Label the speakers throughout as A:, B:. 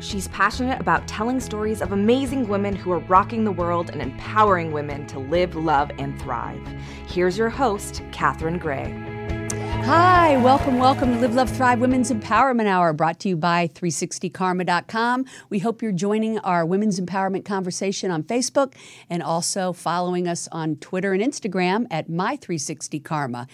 A: She's passionate about telling stories of amazing women who are rocking the world and empowering women to live, love, and thrive. Here's your host, Katherine Gray.
B: Hi, welcome, welcome to Live, Love, Thrive Women's Empowerment Hour, brought to you by 360karma.com. We hope you're joining our women's empowerment conversation on Facebook and also following us on Twitter and Instagram at My360Karma.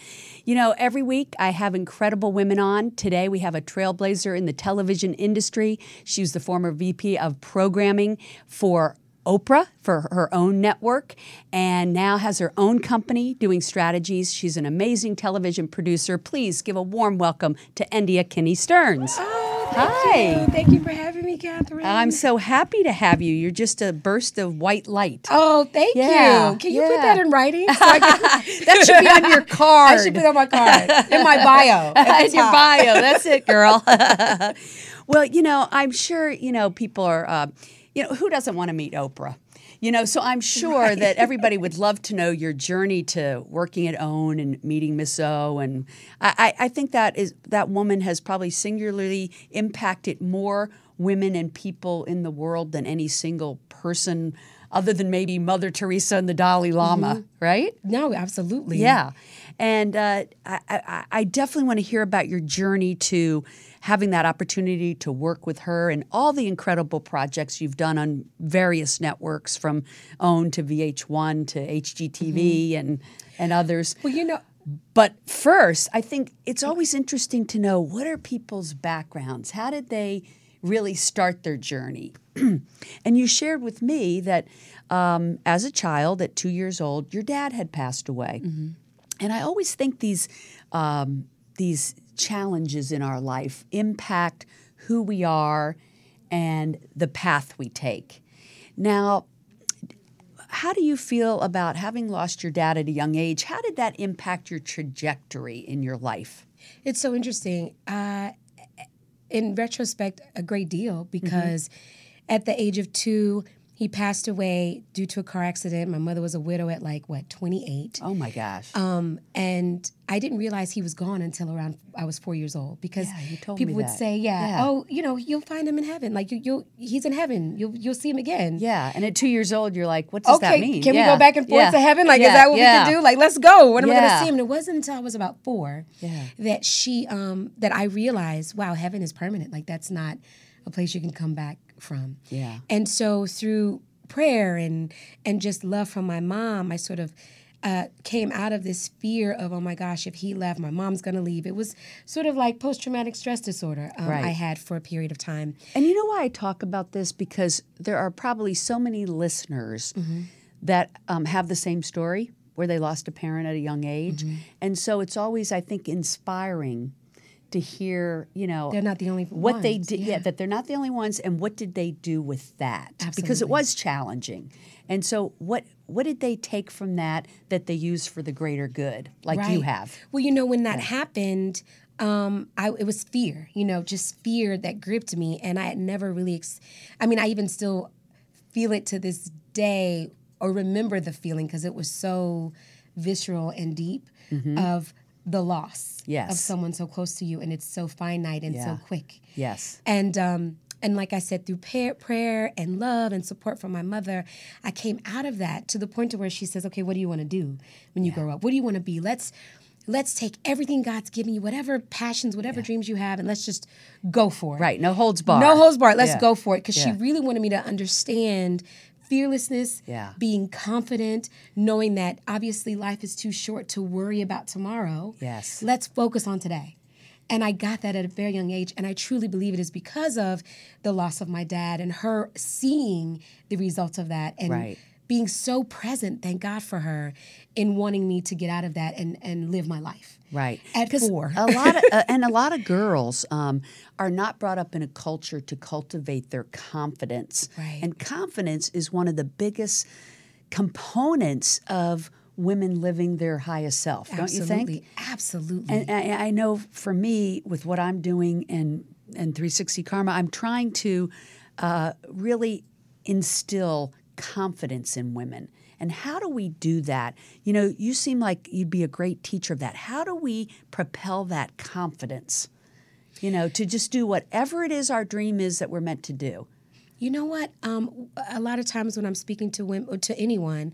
B: You know, every week I have incredible women on. Today we have a trailblazer in the television industry. She was the former VP of programming for Oprah for her own network and now has her own company doing strategies. She's an amazing television producer. Please give a warm welcome to Endia Kinney Stearns.
C: Oh, thank
B: Hi.
C: You. Thank you for having me, Catherine.
B: I'm so happy to have you. You're just a burst of white light.
C: Oh, thank
B: Yeah,
C: you. Can you put
B: yeah.
C: that in writing? So I can-
B: That should be on your card.
C: I should put it on my card in my bio. at the
B: in your
C: top.
B: bio. That's it, girl. well, you know, I'm sure you know people are. Uh, you know, who doesn't want to meet Oprah? You know, so I'm sure that everybody would love to know your journey to working at OWN and meeting Miss O. And I, I I think that is that woman has probably singularly impacted more women and people in the world than any single person, other than maybe Mother Teresa and the Dalai Lama, right?
C: No, absolutely.
B: Yeah. And uh, I, I, I definitely want to hear about your journey to having that opportunity to work with her and all the incredible projects you've done on various networks from OWN to VH1 to HGTV and, and others.
C: Well, you know,
B: But first, I think it's always interesting to know what are people's backgrounds? How did they really start their journey? and you shared with me that um, as a child at two years old, your dad had passed away. And I always think these, um, these challenges in our life impact who we are and the path we take. Now, how do you feel about having lost your dad at a young age? How did that impact your trajectory in your life?
C: it's so interesting. Uh, in retrospect, a great deal because at the age of two, he passed away due to a car accident. My mother was a widow at like, what, 28?
B: Oh my gosh.
C: Um, and I didn't realize he was gone until around I was four years old because
B: Yeah, you told
C: people
B: me
C: would
B: that.
C: say, yeah,
B: Yeah.
C: oh, you know, you'll find him in heaven. Like you, you'll he's in heaven. You'll you'll see him again.
B: yeah, and at two years old, you're like, what does that
C: Okay,
B: mean?
C: can we
B: Yeah.
C: go back and forth
B: Yeah.
C: to heaven? Like,
B: Yeah.
C: is that what
B: Yeah.
C: we can do? Like, let's go. When am I
B: Yeah.
C: gonna see him? And it wasn't until I was about four
B: Yeah.
C: that she um that I realized, wow, heaven is permanent. Like that's not a place you can come back from.
B: Yeah.
C: And so through prayer and and just love from my mom, I sort of uh, came out of this fear of oh my gosh, if he left, my mom's gonna leave. It was sort of like post traumatic stress disorder um,
B: Right.
C: I had for a period of time.
B: And you know why I talk about this? Because there are probably so many listeners that um, have the same story where they lost a parent at a young age. And so it's always, I think, inspiring to hear, you know,
C: They're not the only
B: what they
C: ones,
B: did, yeah. that they're not the only ones, and what did they do with that? Because it
C: Absolutely.
B: was challenging. And so what what did they take from that that they use for the greater good, like you
C: Right.
B: have?
C: Well, you know, when that happened, um, I it was fear, you know, just fear that gripped me, and I had never really. Ex- I mean, I even still feel it to this day, or remember the feeling because it was so visceral and deep of the loss of
B: Mm-hmm. Yes.
C: someone so close to you, and it's so finite and
B: Yeah.
C: so quick
B: Yes.
C: and um and like I said, through prayer, prayer and love and support from my mother, I came out of that to the point to where she says, "Okay, what do you want to do when you grow up? What do you want to be? Let's let's take everything God's given you, whatever passions, whatever dreams you have, and let's just go for it.
B: Right. No holds barred.
C: No holds barred. Let's
B: Yeah.
C: go for it. Because she
B: Yeah.
C: really wanted me to understand fearlessness,
B: Yeah.
C: being confident, knowing that obviously life is too short to worry about tomorrow.
B: Yes.
C: Let's focus on today. And I got that at a very young age. And I truly believe it is because of the loss of my dad and her seeing the results of that and
B: Right.
C: being so present, thank God for her, in wanting me to get out of that and, and live my life. Oh,
B: Right.
C: At
B: 'Cause
C: four.
B: a lot of, uh, and a lot of girls um, are not brought up in a culture to cultivate their confidence.
C: Right.
B: And confidence is one of the biggest components of women living their highest self, don't you think?
C: Absolutely. Absolutely.
B: And I, I know for me, with what I'm doing and and 360 Karma, I'm trying to uh, really instill confidence in women. And how do we do that? You know, you seem like you'd be a great teacher of that. How do we propel that confidence you know, to just do whatever it is our dream is that we're meant to do.
C: You know what? Um, a lot of times when I'm speaking to women, to anyone,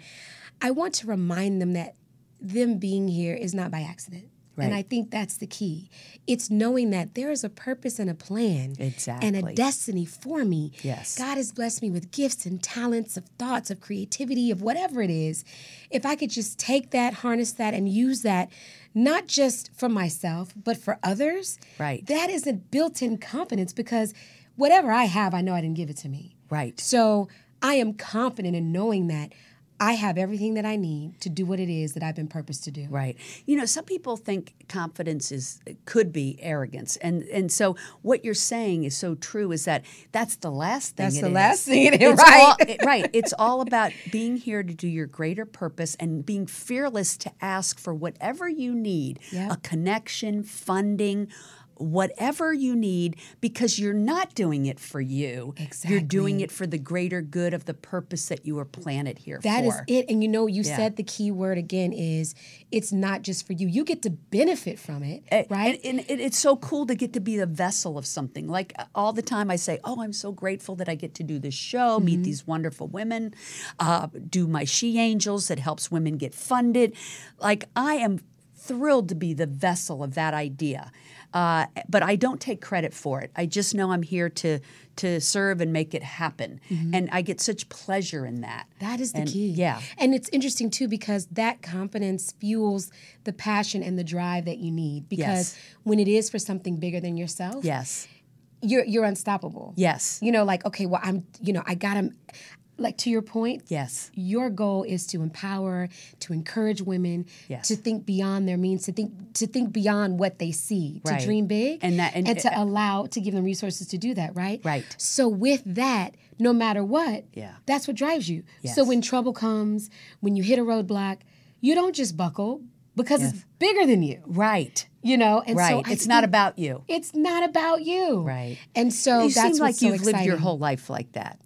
C: I want to remind them that them being here is not by accident. And
B: Right.
C: I think that's the key. It's knowing that there is a purpose and a plan and
B: Exactly.
C: a destiny for me.
B: Yes.
C: God has blessed me with gifts and talents of thoughts, of creativity, of whatever it is. If I could just take that, harness that, and use that, not just for myself, but for others,
B: Right.
C: that isn't built in confidence because whatever I have, I know I didn't give it to me.
B: Right.
C: So I am confident in knowing that I have everything that I need to do what it is that I've been purposed to do.
B: Right. You know, some people think confidence is could be arrogance. And and so what you're saying is so true is that that's the last thing
C: That's
B: it
C: the
B: is.
C: last thing it is,
B: It's
C: right?
B: all- it- right. It's all about being here to do your greater purpose and being fearless to ask for whatever you need,
C: Yep.
B: a connection, funding, whatever you need because you're not doing it for you. You're doing it for the greater good of the purpose that you were planted here
C: That
B: for.
C: is it. And you know, you said the key word again is it's not just for you. You get to benefit from it,
B: Eh,
C: right?
B: And, and it, it's so cool to get to be the vessel of something. Like uh, all the time, I say, "Oh, I'm so grateful that I get to do this show,
C: Mm-hmm.
B: meet these wonderful women, uh, do my She Angels that helps women get funded." Like I am thrilled to be the vessel of that idea, uh, but I don't take credit for it. I just know I'm here to to serve and make it happen,
C: Mm-hmm.
B: and I get such pleasure in that.
C: that is the
B: And-
C: key.
B: yeah.
C: And it's interesting too because that confidence fuels the passion and the drive that you need because
B: Yes.
C: when it is for something bigger than yourself,
B: Yes.
C: you're you're unstoppable.
B: Yes.
C: You know, like okay, well I'm, you know, I got to like to your point,
B: Yes.
C: your goal is to empower to encourage women
B: Yes.
C: to think beyond their means to think to think beyond what they see
B: Right.
C: to dream big
B: And that- and-
C: to allow to give them resources to do that right
B: Right.
C: so with that no matter what
B: Yeah.
C: that's what drives you so
B: Yes.
C: when trouble comes when you hit a roadblock you don't just buckle because it's bigger than you
B: Right.
C: you know and so
B: Right.
C: I
B: it's not
C: think
B: about you.
C: it's not about you
B: Right.
C: and so
B: you
C: that's
B: seem
C: what's
B: like
C: so
B: you've lived your
C: exciting.
B: whole life like that.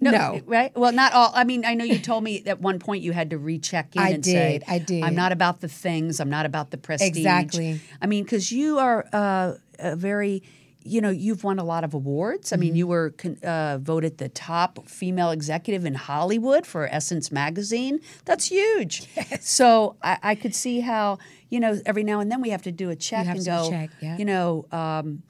C: No.
B: right? Well, not all. I mean, I know you told me at one point you had to recheck in.
C: I
B: and say,
C: did, I did.
B: I'm not about the things. I'm not about the prestige.
C: Exactly.
B: I mean, because you are uh, a very, you know, you've won a lot of awards. I
C: Mm-hmm.
B: mean, you were con- uh, voted the top female executive in Hollywood for Essence magazine. That's huge. So I, I could see how, you know, every now and then we have to do a check
C: have
B: and
C: to
B: go,
C: check, yeah.
B: you know, um,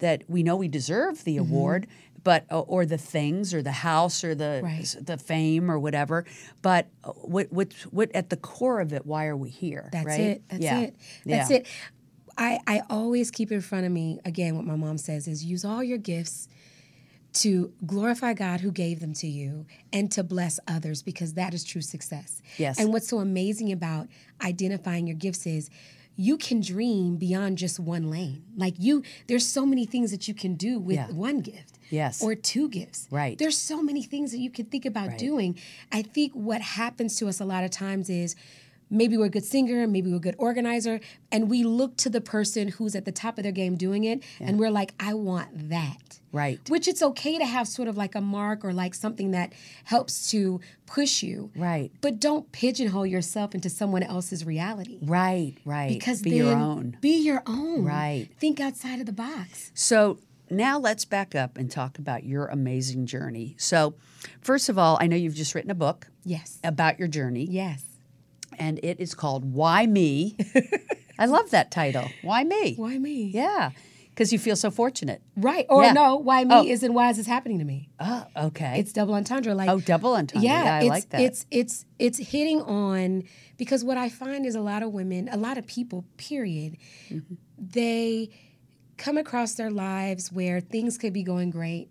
B: that we know we deserve the
C: Mm-hmm.
B: award, but uh, or the things or the house or the
C: Right.
B: the fame or whatever. But uh, what what what at the core of it? Why are we here?
C: That's
B: right?
C: it. That's
B: Yeah.
C: it. That's
B: Yeah.
C: it. I, I always keep in front of me, again, what my mom says is use all your gifts to glorify God who gave them to you and to bless others because that is true success.
B: Yes.
C: And what's so amazing about identifying your gifts is you can dream beyond just one lane. Like you there's so many things that you can do with
B: Yeah.
C: one gift.
B: Yes.
C: Or two gifts.
B: Right.
C: There's so many things that you can think about doing. I think what happens to us a lot of times is maybe we're a good singer, maybe we're a good organizer, and we look to the person who's at the top of their game doing it, and we're like, I want that.
B: Right.
C: Which it's okay to have sort of like a mark or like something that helps to push you.
B: Right.
C: But don't pigeonhole yourself into someone else's reality.
B: Right. Right.
C: Because
B: be
C: then
B: your own.
C: Be your own.
B: Right.
C: Think outside of the box.
B: So now let's back up and talk about your amazing journey. So, first of all, I know you've just written a book
C: Yes.
B: about your journey.
C: Yes.
B: and it is called Why Me. I love that title. Why me?
C: Why me?
B: Yeah, because you feel so fortunate.
C: Right. Or
B: Yeah.
C: no, why me
B: Oh.
C: isn't why is this happening to me?
B: Oh, okay.
C: It's double entendre. Like
B: oh, double entendre. Yeah, I
C: it's,
B: like that.
C: It's it's it's hitting on because what I find is a lot of women, a lot of people, period,
B: Mm-hmm.
C: they come across their lives where things could be going great.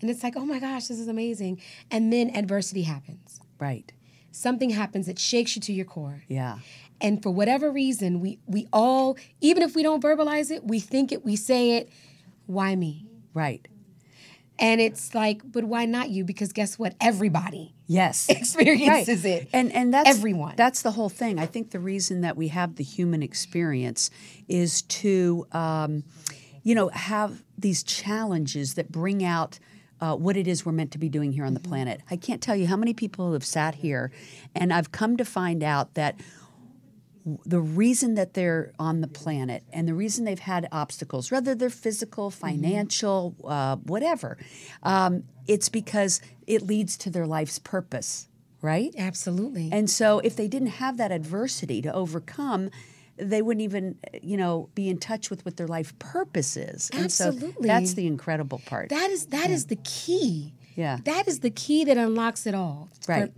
C: And it's like, oh my gosh, this is amazing. And then adversity happens.
B: right.
C: Something happens that shakes you to your core.
B: Yeah.
C: And for whatever reason, we we all, even if we don't verbalize it, we think it, we say it, why me?
B: Right.
C: And it's like, but why not you? Because guess what? Everybody
B: Yes.
C: experiences it.
B: And and that's
C: Everyone.
B: That's the whole thing. I think the reason that we have the human experience is to, um, you know, have these challenges that bring out. Uh, what it is we're meant to be doing here on the planet. I can't tell you how many people have sat here, and I've come to find out that the reason that they're on the planet and the reason they've had obstacles, whether they're physical, financial, uh, whatever, um, it's because it leads to their life's purpose, right?
C: Absolutely.
B: And so if they didn't have that adversity to overcome, they wouldn't even, you know, be in touch with what their life purpose is. And so
C: Absolutely.
B: that's the incredible part.
C: That is that is the key.
B: Yeah.
C: That is the key that unlocks it all. For-
B: Right.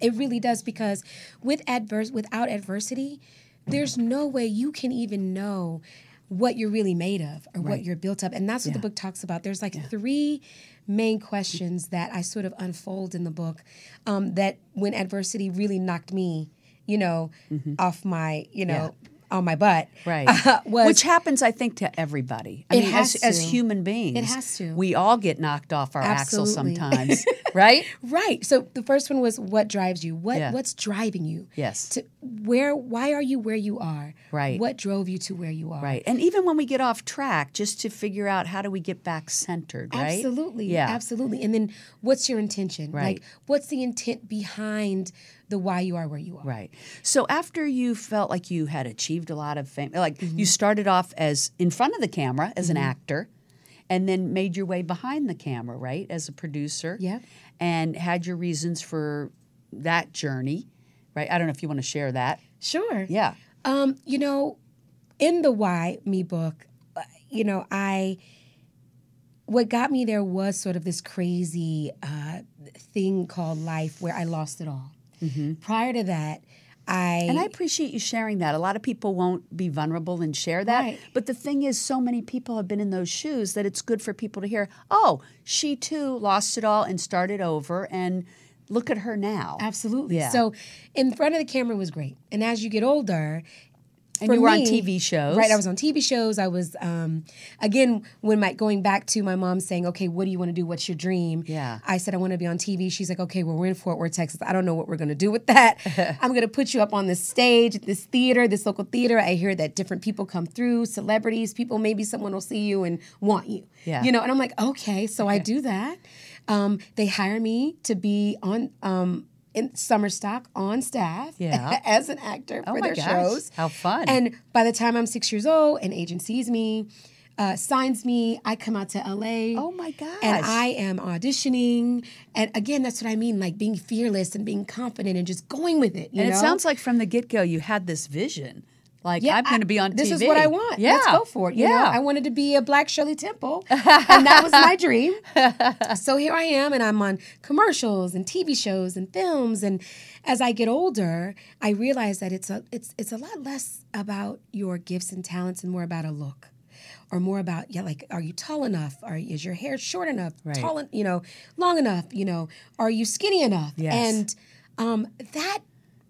C: it really does because with adverse without adversity, there's no way you can even know what you're really made of or what you're built up. And that's what the book talks about. There's like three main questions that I sort of unfold in the book um, that when adversity really knocked me, you know, off my, you know, on my butt.
B: Mm-hmm. Right.
C: was-
B: Which happens, I think, to everybody. I
C: It
B: mean,
C: has
B: as, as
C: to.
B: human beings, it
C: has to.
B: We all get knocked off our axle
C: Absolutely.
B: sometimes, right?
C: Right. So the first one was what drives you? What
B: Yeah.
C: what's driving you?
B: Yes.
C: To where why are you where you are?
B: Right.
C: What drove you to where you are?
B: Right. And even when we get off track, just to figure out how do we get back centered, right?
C: Absolutely.
B: Yeah.
C: Absolutely. And then what's your intention?
B: Right.
C: Like what's the intent behind the why you are where you are?
B: Right. So after you felt like you had achieved a lot of fame, like
C: Mm-hmm.
B: you started off as in front of the camera as an actor and then made your way behind the camera, right, as a producer.
C: Yep.
B: And had your reasons for that journey, right? I don't know if you want to share that.
C: Sure.
B: Yeah.
C: Um, you know, in the Why Me book, uh, you know, I what got me there was sort of this crazy uh, thing called life where I lost it all.
B: Mm-hmm.
C: Prior to that, I
B: And I appreciate you sharing that. A lot of people won't be vulnerable and share that.
C: Right.
B: But the thing is, so many people have been in those shoes that it's good for people to hear, oh, she too lost it all and started over. And look at her now.
C: absolutely
B: Yeah.
C: so in front of the camera was great, and as you get older.
B: and
C: for
B: you were on
C: me-
B: TV shows.
C: Right, I was on TV shows. I was um, again when my going back to my mom saying, "Okay, what do you want to do? What's your dream?"
B: Yeah.
C: I said I want to be on TV. She's like, "Okay, well we're in Fort Worth, Texas. I don't know what we're going to do with that. I'm going to put you up on this stage at this theater, this local theater. I hear that different people come through, celebrities, people. Maybe someone will see you and want you.
B: Yeah.
C: you know." And I'm like, "Okay," so I do that. Um, they hire me to be on. Um, in summer stock on staff
B: Yeah. Oh
C: as an actor for
B: my
C: their
B: gosh,
C: shows.
B: how fun.
C: And by the time I'm six years old, an agent sees me, uh, signs me, I come out to LA.
B: Oh my gosh.
C: And I am auditioning. And again, that's what I mean like being fearless and being confident and just going with it. You
B: and it
C: know?
B: sounds like from the get go, you had this vision. Like, I'm
C: I-
B: going to be on
C: this
B: TV.
C: is what I want.
B: Yeah.
C: Let's go for it. You
B: yeah.
C: know, I wanted to be a black Shirley Temple, and that was my dream. so here I am, and I'm on commercials and TV shows and films. And as I get older, I realize that it's a it's it's a lot less about your gifts and talents and more about a look. Or more about yeah, like are you tall enough? Are is your hair short enough? Tall, en- you know, long enough? You know, are you skinny enough?
B: Yes.
C: And um, that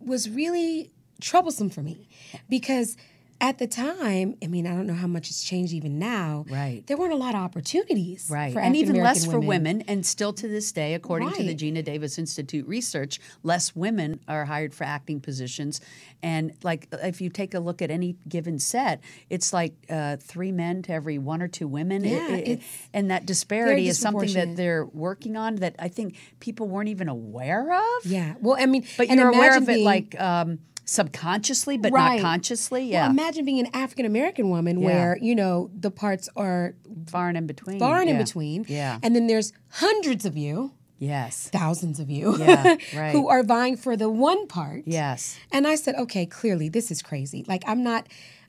C: was really troublesome for me because at the time, I mean, I don't know how much it's changed even now.
B: Right.
C: There weren't a lot of opportunities.
B: Right.
C: For
B: and even less
C: African-American
B: for women. And still to this day, according to the
C: Right.
B: Gina Davis Institute research, less women are hired for acting positions. And like, if you take a look at any given set, it's like uh, three men to every one or two women. It-
C: Yeah,
B: it-
C: it's
B: and that disparity is something that
C: disproportionate.
B: they're working on that I think people weren't even aware of.
C: Yeah. Well, I mean,
B: But
C: and
B: you're aware
C: imagine
B: of it
C: being-
B: like um, subconsciously, but
C: Right.
B: not consciously.
C: Well,
B: Yeah.
C: imagine being an African American woman where, you know, the parts are
B: far and in between.
C: far and in
B: Yeah.
C: between.
B: Yeah.
C: And then there's hundreds of you,
B: Yes.
C: thousands of you,
B: Yeah, right.
C: who are vying for the one part.
B: Yes.
C: And I said, okay, clearly this is crazy. Like, I'm not,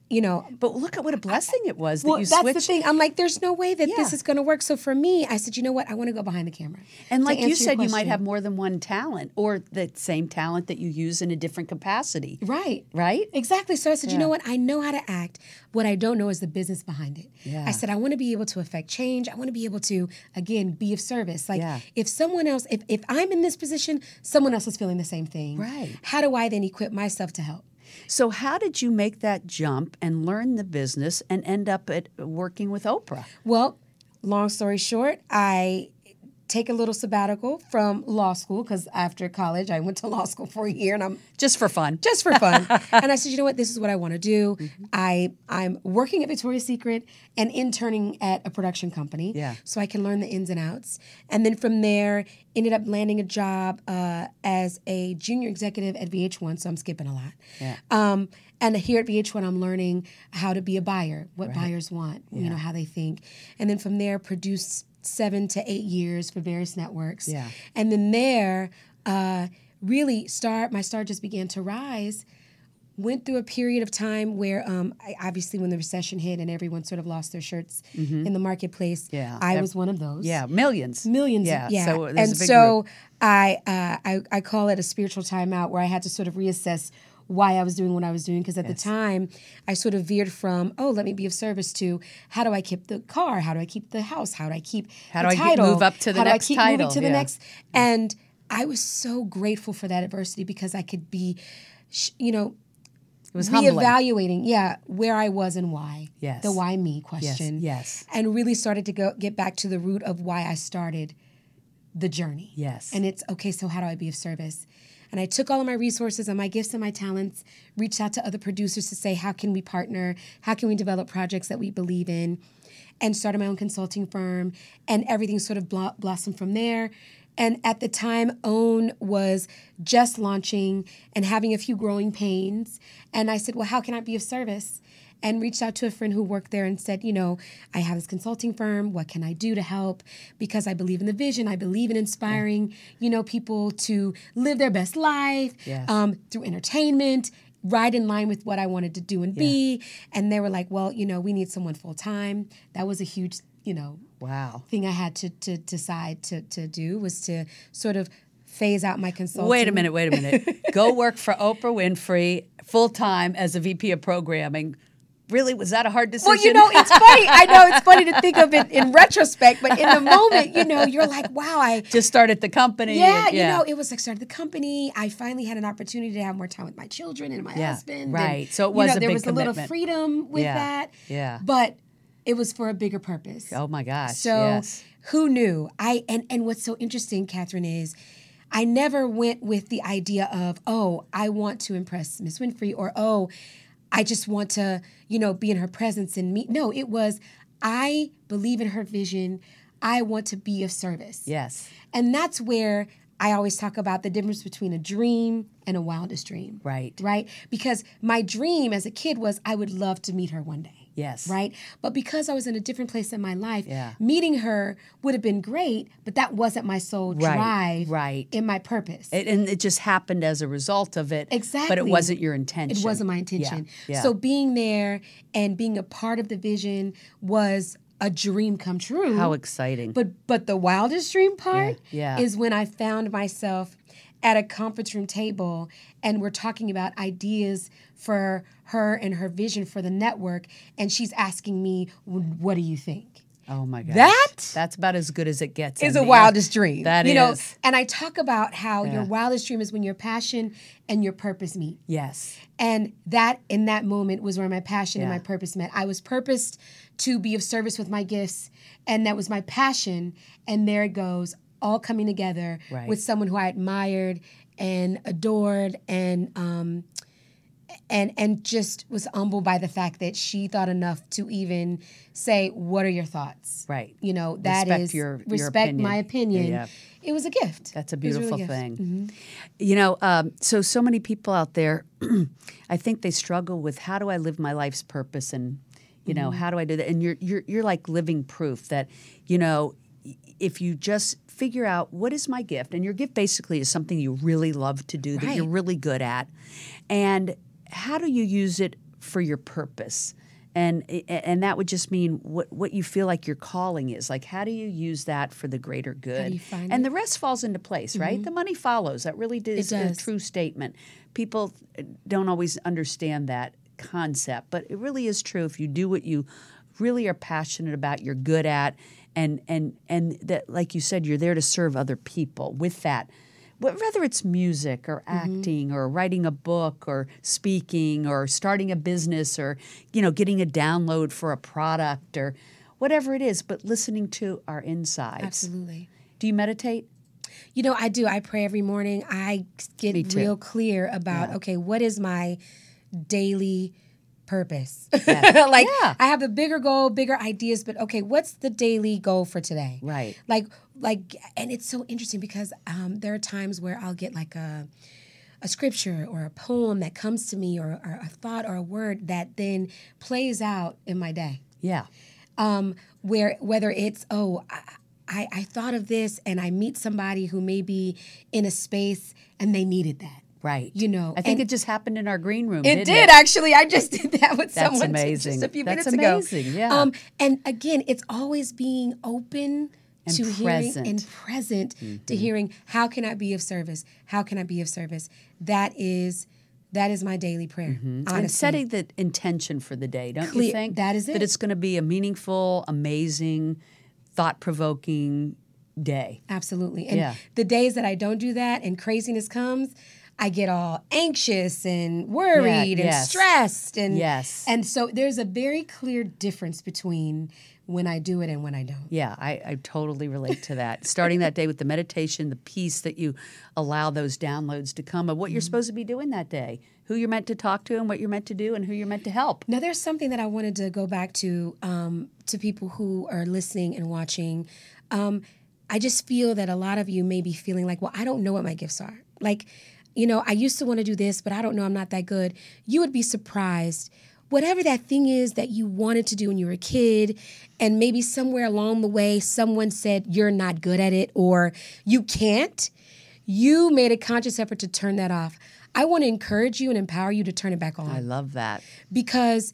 C: you know,
B: But look at what a blessing it was that
C: Well,
B: you
C: that's
B: switched
C: the thing. I'm like, there's no way that this
B: Yeah.
C: is going to work. So for me, I said, you know what? I want to go behind the camera.
B: And
C: to
B: like you
C: answer your
B: said, you might
C: question.
B: have more than one talent or the same talent that you use in a different capacity.
C: Right.
B: Right?
C: Exactly. So I said, you know what? I know how to act. What I don't know is the business behind it.
B: Yeah.
C: I said, I want to be able to affect change. I want to be able to, again, be of service. Like,
B: Yeah.
C: if someone else, if, if I'm in this position, someone else is feeling the same thing.
B: Right.
C: How do I then equip myself to help?
B: So, how did you make that jump and learn the business and end up at working with Oprah?
C: Well, long story short, I take a little sabbatical from law school because after college I went to law school for a year and I'm
B: Just for fun.
C: just for fun. and I said, you know what? This is what I want to do. I I'm working at Victoria's Secret and interning at a production company.
B: Yeah.
C: So I can learn the ins and outs. And then from there, ended up landing a job uh, as a junior executive at VH1. So I'm skipping a lot.
B: Yeah.
C: Um, and here at VH1, I'm learning how to be a buyer, what buyers want, you know, how they think. And then from there, produced seven to eight years for various networks.
B: Yeah.
C: And then there, uh, really, star my star just began to rise. Went through a period of time where, um, I, obviously, when the recession hit and everyone sort of lost their shirts in the marketplace,
B: Mm-hmm. Yeah.
C: I
B: Ev-
C: was one of those.
B: Yeah, millions.
C: Millions.
B: Yeah.
C: Of, yeah.
B: So there's
C: and
B: a big
C: so
B: group.
C: I, uh, I I call it a spiritual timeout where I had to sort of reassess why I was doing what I was doing because at the time I sort of veered from oh let me be of service to how do I keep the car how do I keep the house how do I keep
B: How
C: the
B: do I get-
C: title
B: move up to the
C: how
B: next
C: do I keep
B: title?
C: moving to the
B: Yeah.
C: next and I was so grateful for that adversity because I could be sh- you know
B: It was humbling.
C: reevaluating, yeah, where I was and why.
B: Yes.
C: The why me question.
B: yes.
C: And really started to go get back to the root of why I started the journey.
B: Yes.
C: And it's okay, so how do I be of service? And I took all of my resources and my gifts and my talents, reached out to other producers to say, how can we partner? How can we develop projects that we believe in? And started my own consulting firm, and everything sort of blo- blossomed from there. And at the time, OWN was just launching and having a few growing pains. And I said, well, how can I be of service? and reached out to a friend who worked there and said, you know, I have this consulting firm. What can I do to help? Because I believe in the vision. I believe in inspiring, you know, people to live their best life
B: Yes.
C: um, through entertainment, right in line with what I wanted to do and be. And they were like, well, you know, we need someone full time. That was a huge, you know,
B: Wow.
C: thing I had to, to decide to, to do was to sort of phase out my consulting.
B: Wait a minute, wait a minute. Go work for Oprah Winfrey full time as a VP of programming. Really, was that a hard decision?
C: Well, you know, it's funny. I know it's funny to think of it in retrospect, but in the moment, you know, you're like, wow, I.
B: just start at the company.
C: Yeah,
B: and-
C: you know, it was like started the company. I finally had an opportunity to have more time with my children and my
B: Yeah,
C: husband. and,
B: right. So it
C: you
B: was
C: know,
B: a
C: there
B: big
C: was a little
B: commitment.
C: freedom with
B: Yeah,
C: that.
B: yeah.
C: But it was for a bigger purpose.
B: oh my gosh.
C: So
B: yes.
C: who knew? I and and what's so interesting, Catherine, is I never went with the idea of oh I want to impress Miss Winfrey or oh I just want to you know be in her presence and meet. No, it was I believe in her vision. I want to be of service.
B: Yes.
C: And that's where I always talk about the difference between a dream and a wildest dream.
B: Right.
C: Right? Because my dream as a kid was I would love to meet her one day.
B: Yes.
C: Right? But because I was in a different place in my life,
B: Yeah.
C: meeting her would have been great, but that wasn't my sole
B: Right,
C: drive
B: right.
C: in my purpose.
B: It, and it just happened as a result of it. But
C: Exactly.
B: it wasn't your intention.
C: It wasn't my intention.
B: Yeah. yeah.
C: So being there and being a part of the vision was a dream come true.
B: how exciting.
C: But but the wildest dream part
B: Yeah, yeah.
C: is when I found myself at a conference room table and we're talking about ideas for her and her vision for the network and she's asking me "Wh- what do you think
B: oh my gosh.
C: That
B: That's about as good as it gets.
C: is
B: in
C: a
B: the-
C: wildest dream
B: That
C: you know
B: is.
C: and i talk about how your
B: Yeah.
C: wildest dream is when your passion and your purpose meet
B: Yes.
C: and that in that moment was where my passion and
B: Yeah.
C: my purpose met. I was purposed to be of service with my gifts, and that was my passion. And there it goes, all coming together
B: Right.
C: with someone who I admired and adored, and um, and and just was humbled by the fact that she thought enough to even say, "What are your thoughts?"
B: Right.
C: You know that is
B: Respect your- your
C: respect my
B: opinion. Yeah,
C: opinion.
B: yeah.
C: It was a gift.
B: That's a
C: It was really Mm-hmm.
B: beautiful thing.
C: gift.
B: You know, um, so so many people out there, I think they struggle with how do I live my life's purpose and you
C: Mm-hmm.
B: know how do I do that? And you're you're you're like living proof that you know y- if you just figure out what is my gift, and your gift basically is something you really love to do that you're
C: Right.
B: really good at, and how do you use it for your purpose? And, a- and that would just mean what, what you feel like your calling is. Like, how do you use that for the greater good?
C: you find Mm-hmm.
B: and the rest falls into place, right? The money follows. That really is a
C: does.
B: true statement. People uh, don't always understand that concept, but it really is true if you do what you really are passionate about, you're good at, and and and that, like you said, you're there to serve other people with that. Wh- Whether it's music or
C: Mm-hmm.
B: acting or writing a book or speaking or starting a business or you know getting a download for a product or whatever it is, but listening to our insides
C: Absolutely.
B: Do you meditate?
C: You know, I do. I pray every morning. I get real clear about okay, what is my daily purpose? like
B: Yeah.
C: I have a bigger goal, bigger ideas, but okay, what's the daily goal for today?
B: Right.
C: Like like and it's so interesting because um there are times where I'll get like a a scripture or a poem that comes to me or, or a thought or a word that then plays out in my day
B: Yeah.
C: um, where whether it's oh I, I I thought of this and I meet somebody who may be in a space and they needed that.
B: Right.
C: You know,
B: I think it
C: and-
B: just happened in our green room.
C: It
B: didn't
C: did actually. I just did that
B: That's
C: with someone t-
B: amazing.
C: just a few
B: That's
C: minutes ago.
B: amazing, yeah.
C: Um, and again, it's always being open
B: And
C: to
B: present. Mm-hmm.
C: hearing and present to hearing how can I be of service? How can I be of service? That is that is my daily prayer. Honestly.
B: And setting the intention for the day, don't you
C: Clear-
B: think?
C: that is
B: That
C: it.
B: it's going to be a meaningful, amazing, thought provoking day.
C: Absolutely. And
B: Yeah.
C: the days that I don't do that and craziness comes, I get all anxious and worried and
B: yes.
C: stressed and
B: Yes.
C: and so there's a very clear difference between when I do it and when I don't.
B: Yeah, I, I totally relate to that. Starting that day with the meditation, the peace that you allow those downloads to come of what
C: Mm-hmm.
B: you're supposed to be doing that day, who you're meant to talk to, and what you're meant to do, and who you're meant to help.
C: Now there's something that I wanted to go back to um, to people who are listening and watching. Um, I just feel that a lot of you may be feeling like, well, I don't know what my gifts are. Like, you know, I used to want to do this, but I don't know. I'm not that good. You would be surprised. Whatever that thing is that you wanted to do when you were a kid, and maybe somewhere along the way, someone said, You're not good at it, or You can't, you made a conscious effort to turn that off. I want to encourage you and empower you to turn it back on
B: I love that.
C: because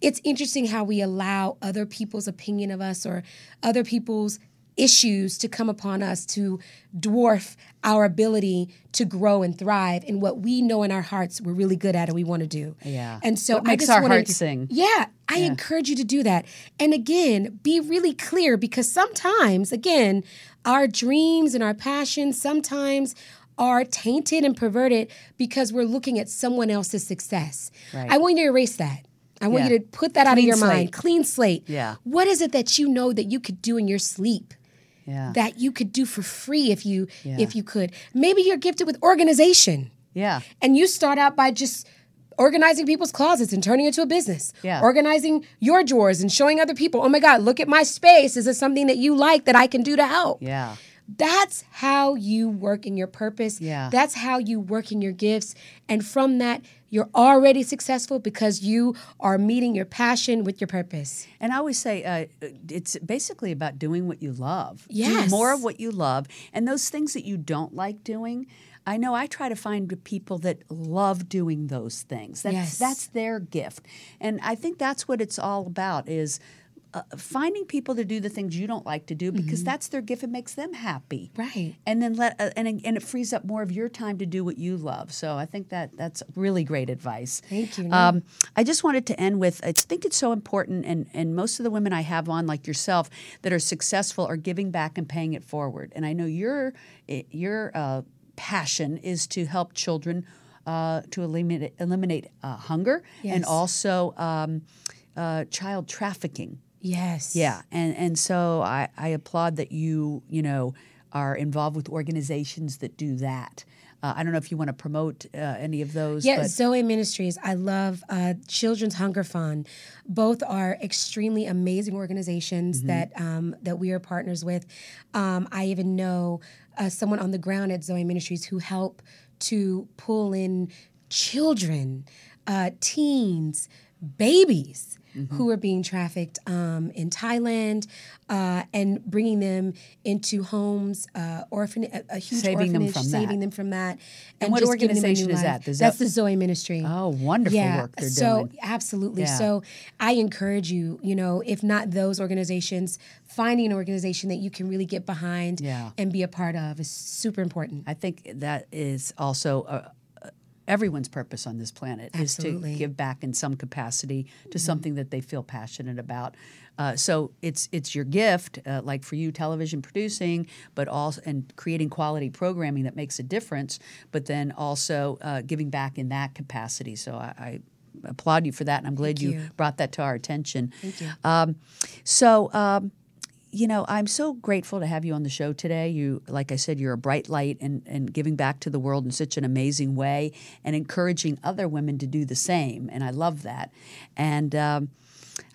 C: it's interesting how we allow other people's opinion of us or other people's issues to come upon us to dwarf our ability to grow and thrive in what we know in our hearts we're really good at and we want to do.
B: Yeah.
C: And so
B: What
C: I
B: makes
C: just
B: our
C: wanna-
B: hearts sing.
C: Yeah, I encourage you to do that. And again, be really clear because sometimes again, our dreams and our passions sometimes are tainted and perverted because we're looking at someone else's success.
B: Right.
C: I want you to erase that. I want
B: Yeah.
C: you to put that out of
B: Clean
C: your
B: slate.
C: mind. Clean slate.
B: Yeah.
C: What is it that you know that you could do in your sleep?
B: Yeah.
C: That you could do for free if you
B: Yeah.
C: if you could. Maybe you're gifted with organization
B: yeah.
C: and you start out by just organizing people's closets and turning it into a business.
B: Yeah.
C: Organizing your drawers and showing other people, "Oh my god, look at my space. Is this something that you like that I can do to help?"
B: Yeah.
C: That's how you work in your purpose.
B: Yeah.
C: That's how you work in your gifts. And from that, you're already successful because you are meeting your passion with your purpose.
B: And I always say uh, it's basically about doing what you love. Do
C: Yes.
B: more of what you love. And those things that you don't like doing, I know I try to find the people that love doing those things. That's,
C: Yes.
B: that's their gift. And I think that's what it's all about is uh, finding people to do the things you don't like to do because that's their gift. It makes them happy.
C: Mm-hmm. Right.
B: And then let uh, and and it frees up more of your time to do what you love. So I think that that's really great advice.
C: Thank you.
B: Um, I just wanted to end with I think it's so important, and, and most of the women I have on, like yourself, that are successful are giving back and paying it forward. And I know your eh, your uh, passion is to help children uh, to eliminate eliminate uh, hunger and
C: Yes.
B: also um, uh, child trafficking.
C: Yes.
B: Yeah, and and so I, I applaud that you you know are involved with organizations that do that. Uh, I don't know if you want to promote uh, any of those.
C: Yeah,
B: but-
C: Zoe Ministries. I love uh, Children's Hunger Fund. Both are extremely amazing organizations
B: Mm-hmm.
C: that um, that we are partners with. Um, I even know uh, someone on the ground at Zoe Ministries who help to pull in children, uh, teens, babies.
B: Mm-hmm.
C: Who are being trafficked um, in Thailand uh, and bringing them into homes, uh, orphan, a, a huge
B: Saving them
C: orphanage,
B: from
C: saving
B: that.
C: them from that. And,
B: what
C: just giving them a
B: organization
C: new
B: is
C: life.
B: that? The Zo-
C: That's the Zoe Ministry.
B: Oh, wonderful
C: yeah.
B: work they're
C: so,
B: doing.
C: absolutely.
B: Yeah.
C: So I encourage you, you know, if not those organizations, finding an organization that you can really get behind
B: Yeah.
C: and be a part of is super important.
B: I think that is also uh uh, everyone's purpose on this planet is
C: Absolutely. Mm-hmm.
B: to give back in some capacity to something that they feel passionate about. Uh, so it's it's your gift, uh, like for you, television producing, but also and creating quality programming that makes a difference. But then also uh, giving back in that capacity. So I. I applaud you for that and i'm glad you.
C: you.
B: brought that to our attention Thank you. Um, so um, you know, I'm so grateful to have you on the show today. You, like I said, you're a bright light and, and giving back to the world in such an amazing way and encouraging other women to do the same. And I love that. And um,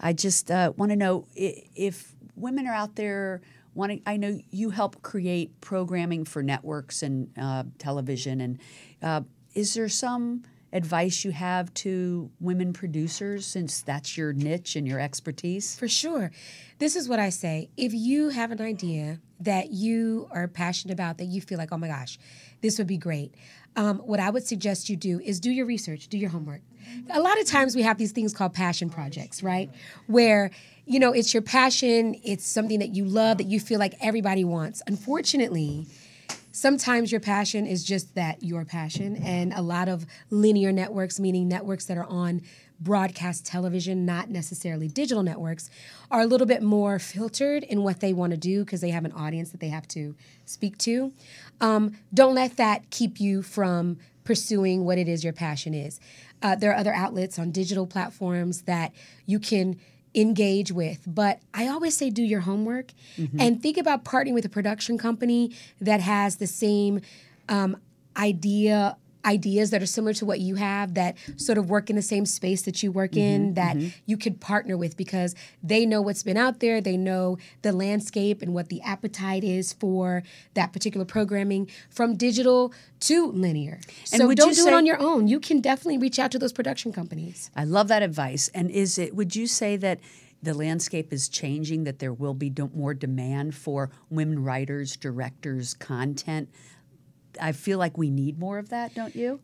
B: I just uh, want to know i- if women are out there wanting, I know you help create programming for networks and uh, television. And uh, is there some advice you have to women producers since that's your niche and your expertise?
C: For sure. This is what I say. If you have an idea that you are passionate about, that you feel like, oh my gosh, this would be great, um, what I would suggest you do is do your research, do your homework. A lot of times we have these things called passion projects, right? Where, you know, it's your passion, it's something that you love, that you feel like everybody wants. Unfortunately, sometimes your passion is just that your passion and a lot of linear networks meaning networks that are on broadcast television not necessarily digital networks are a little bit more filtered in what they want to do because they have an audience that they have to speak to um, don't let that keep you from pursuing what it is your passion is uh, there are other outlets on digital platforms that you can engage with. But I always say do your homework
B: Mm-hmm.
C: and think about partnering with a production company that has the same um, idea ideas that are similar to what you have that sort of work in the same space that you work
B: Mm-hmm,
C: in that you could partner with because they know what's been out there they know the landscape and what the appetite is for that particular programming from digital to linear so
B: would you
C: don't do it
B: say-
C: on your own you can definitely reach out to those production companies
B: I love that advice. And is it? Would you say that the landscape is changing? That there will be do- more demand for women writers, directors, content. I feel like we need more of that, don't you?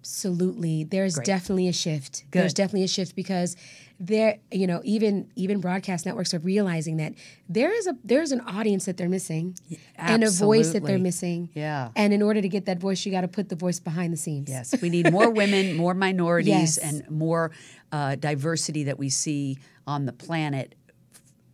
C: Absolutely. There's definitely a shift. There's
B: Good.
C: definitely a shift because there, you know, even even broadcast networks are realizing that there is a there's an audience that they're missing and a voice that they're
B: absolutely.
C: missing.
B: Yeah.
C: And in order to get that voice, you got to put the voice behind the scenes.
B: Yes, we need more women, more minorities,
C: Yes.
B: and more uh, diversity that we see on the planet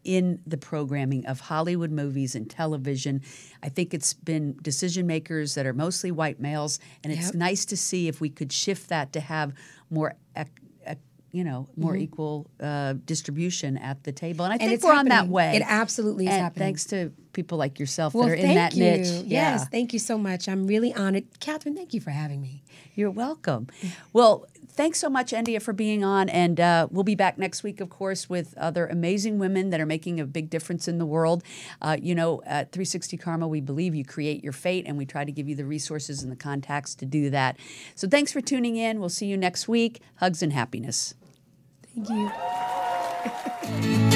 B: in the programming of Hollywood movies and television. I think it's been decision makers that are mostly white males, and it's
C: Yep.
B: nice to see if we could shift that to have more. Ec- ec- you know, more equal uh, distribution at the table, and I think
C: Mm-hmm. it's
B: we're on that
C: happening.
B: way.
C: It absolutely is
B: And
C: happening.
B: Thanks to people like yourself
C: Well,
B: that are
C: thank
B: in that
C: you.
B: niche.
C: Yes,
B: Yeah.
C: thank you so much. I'm really honored. Catherine, thank you for having me.
B: You're welcome. Well, thanks so much, India, for being on. And uh, we'll be back next week, of course, with other amazing women that are making a big difference in the world. Uh, you know, at 360 Karma, we believe you create your fate, and we try to give you the resources and the contacts to do that. So thanks for tuning in. We'll see you next week. Hugs and happiness.
C: Thank you.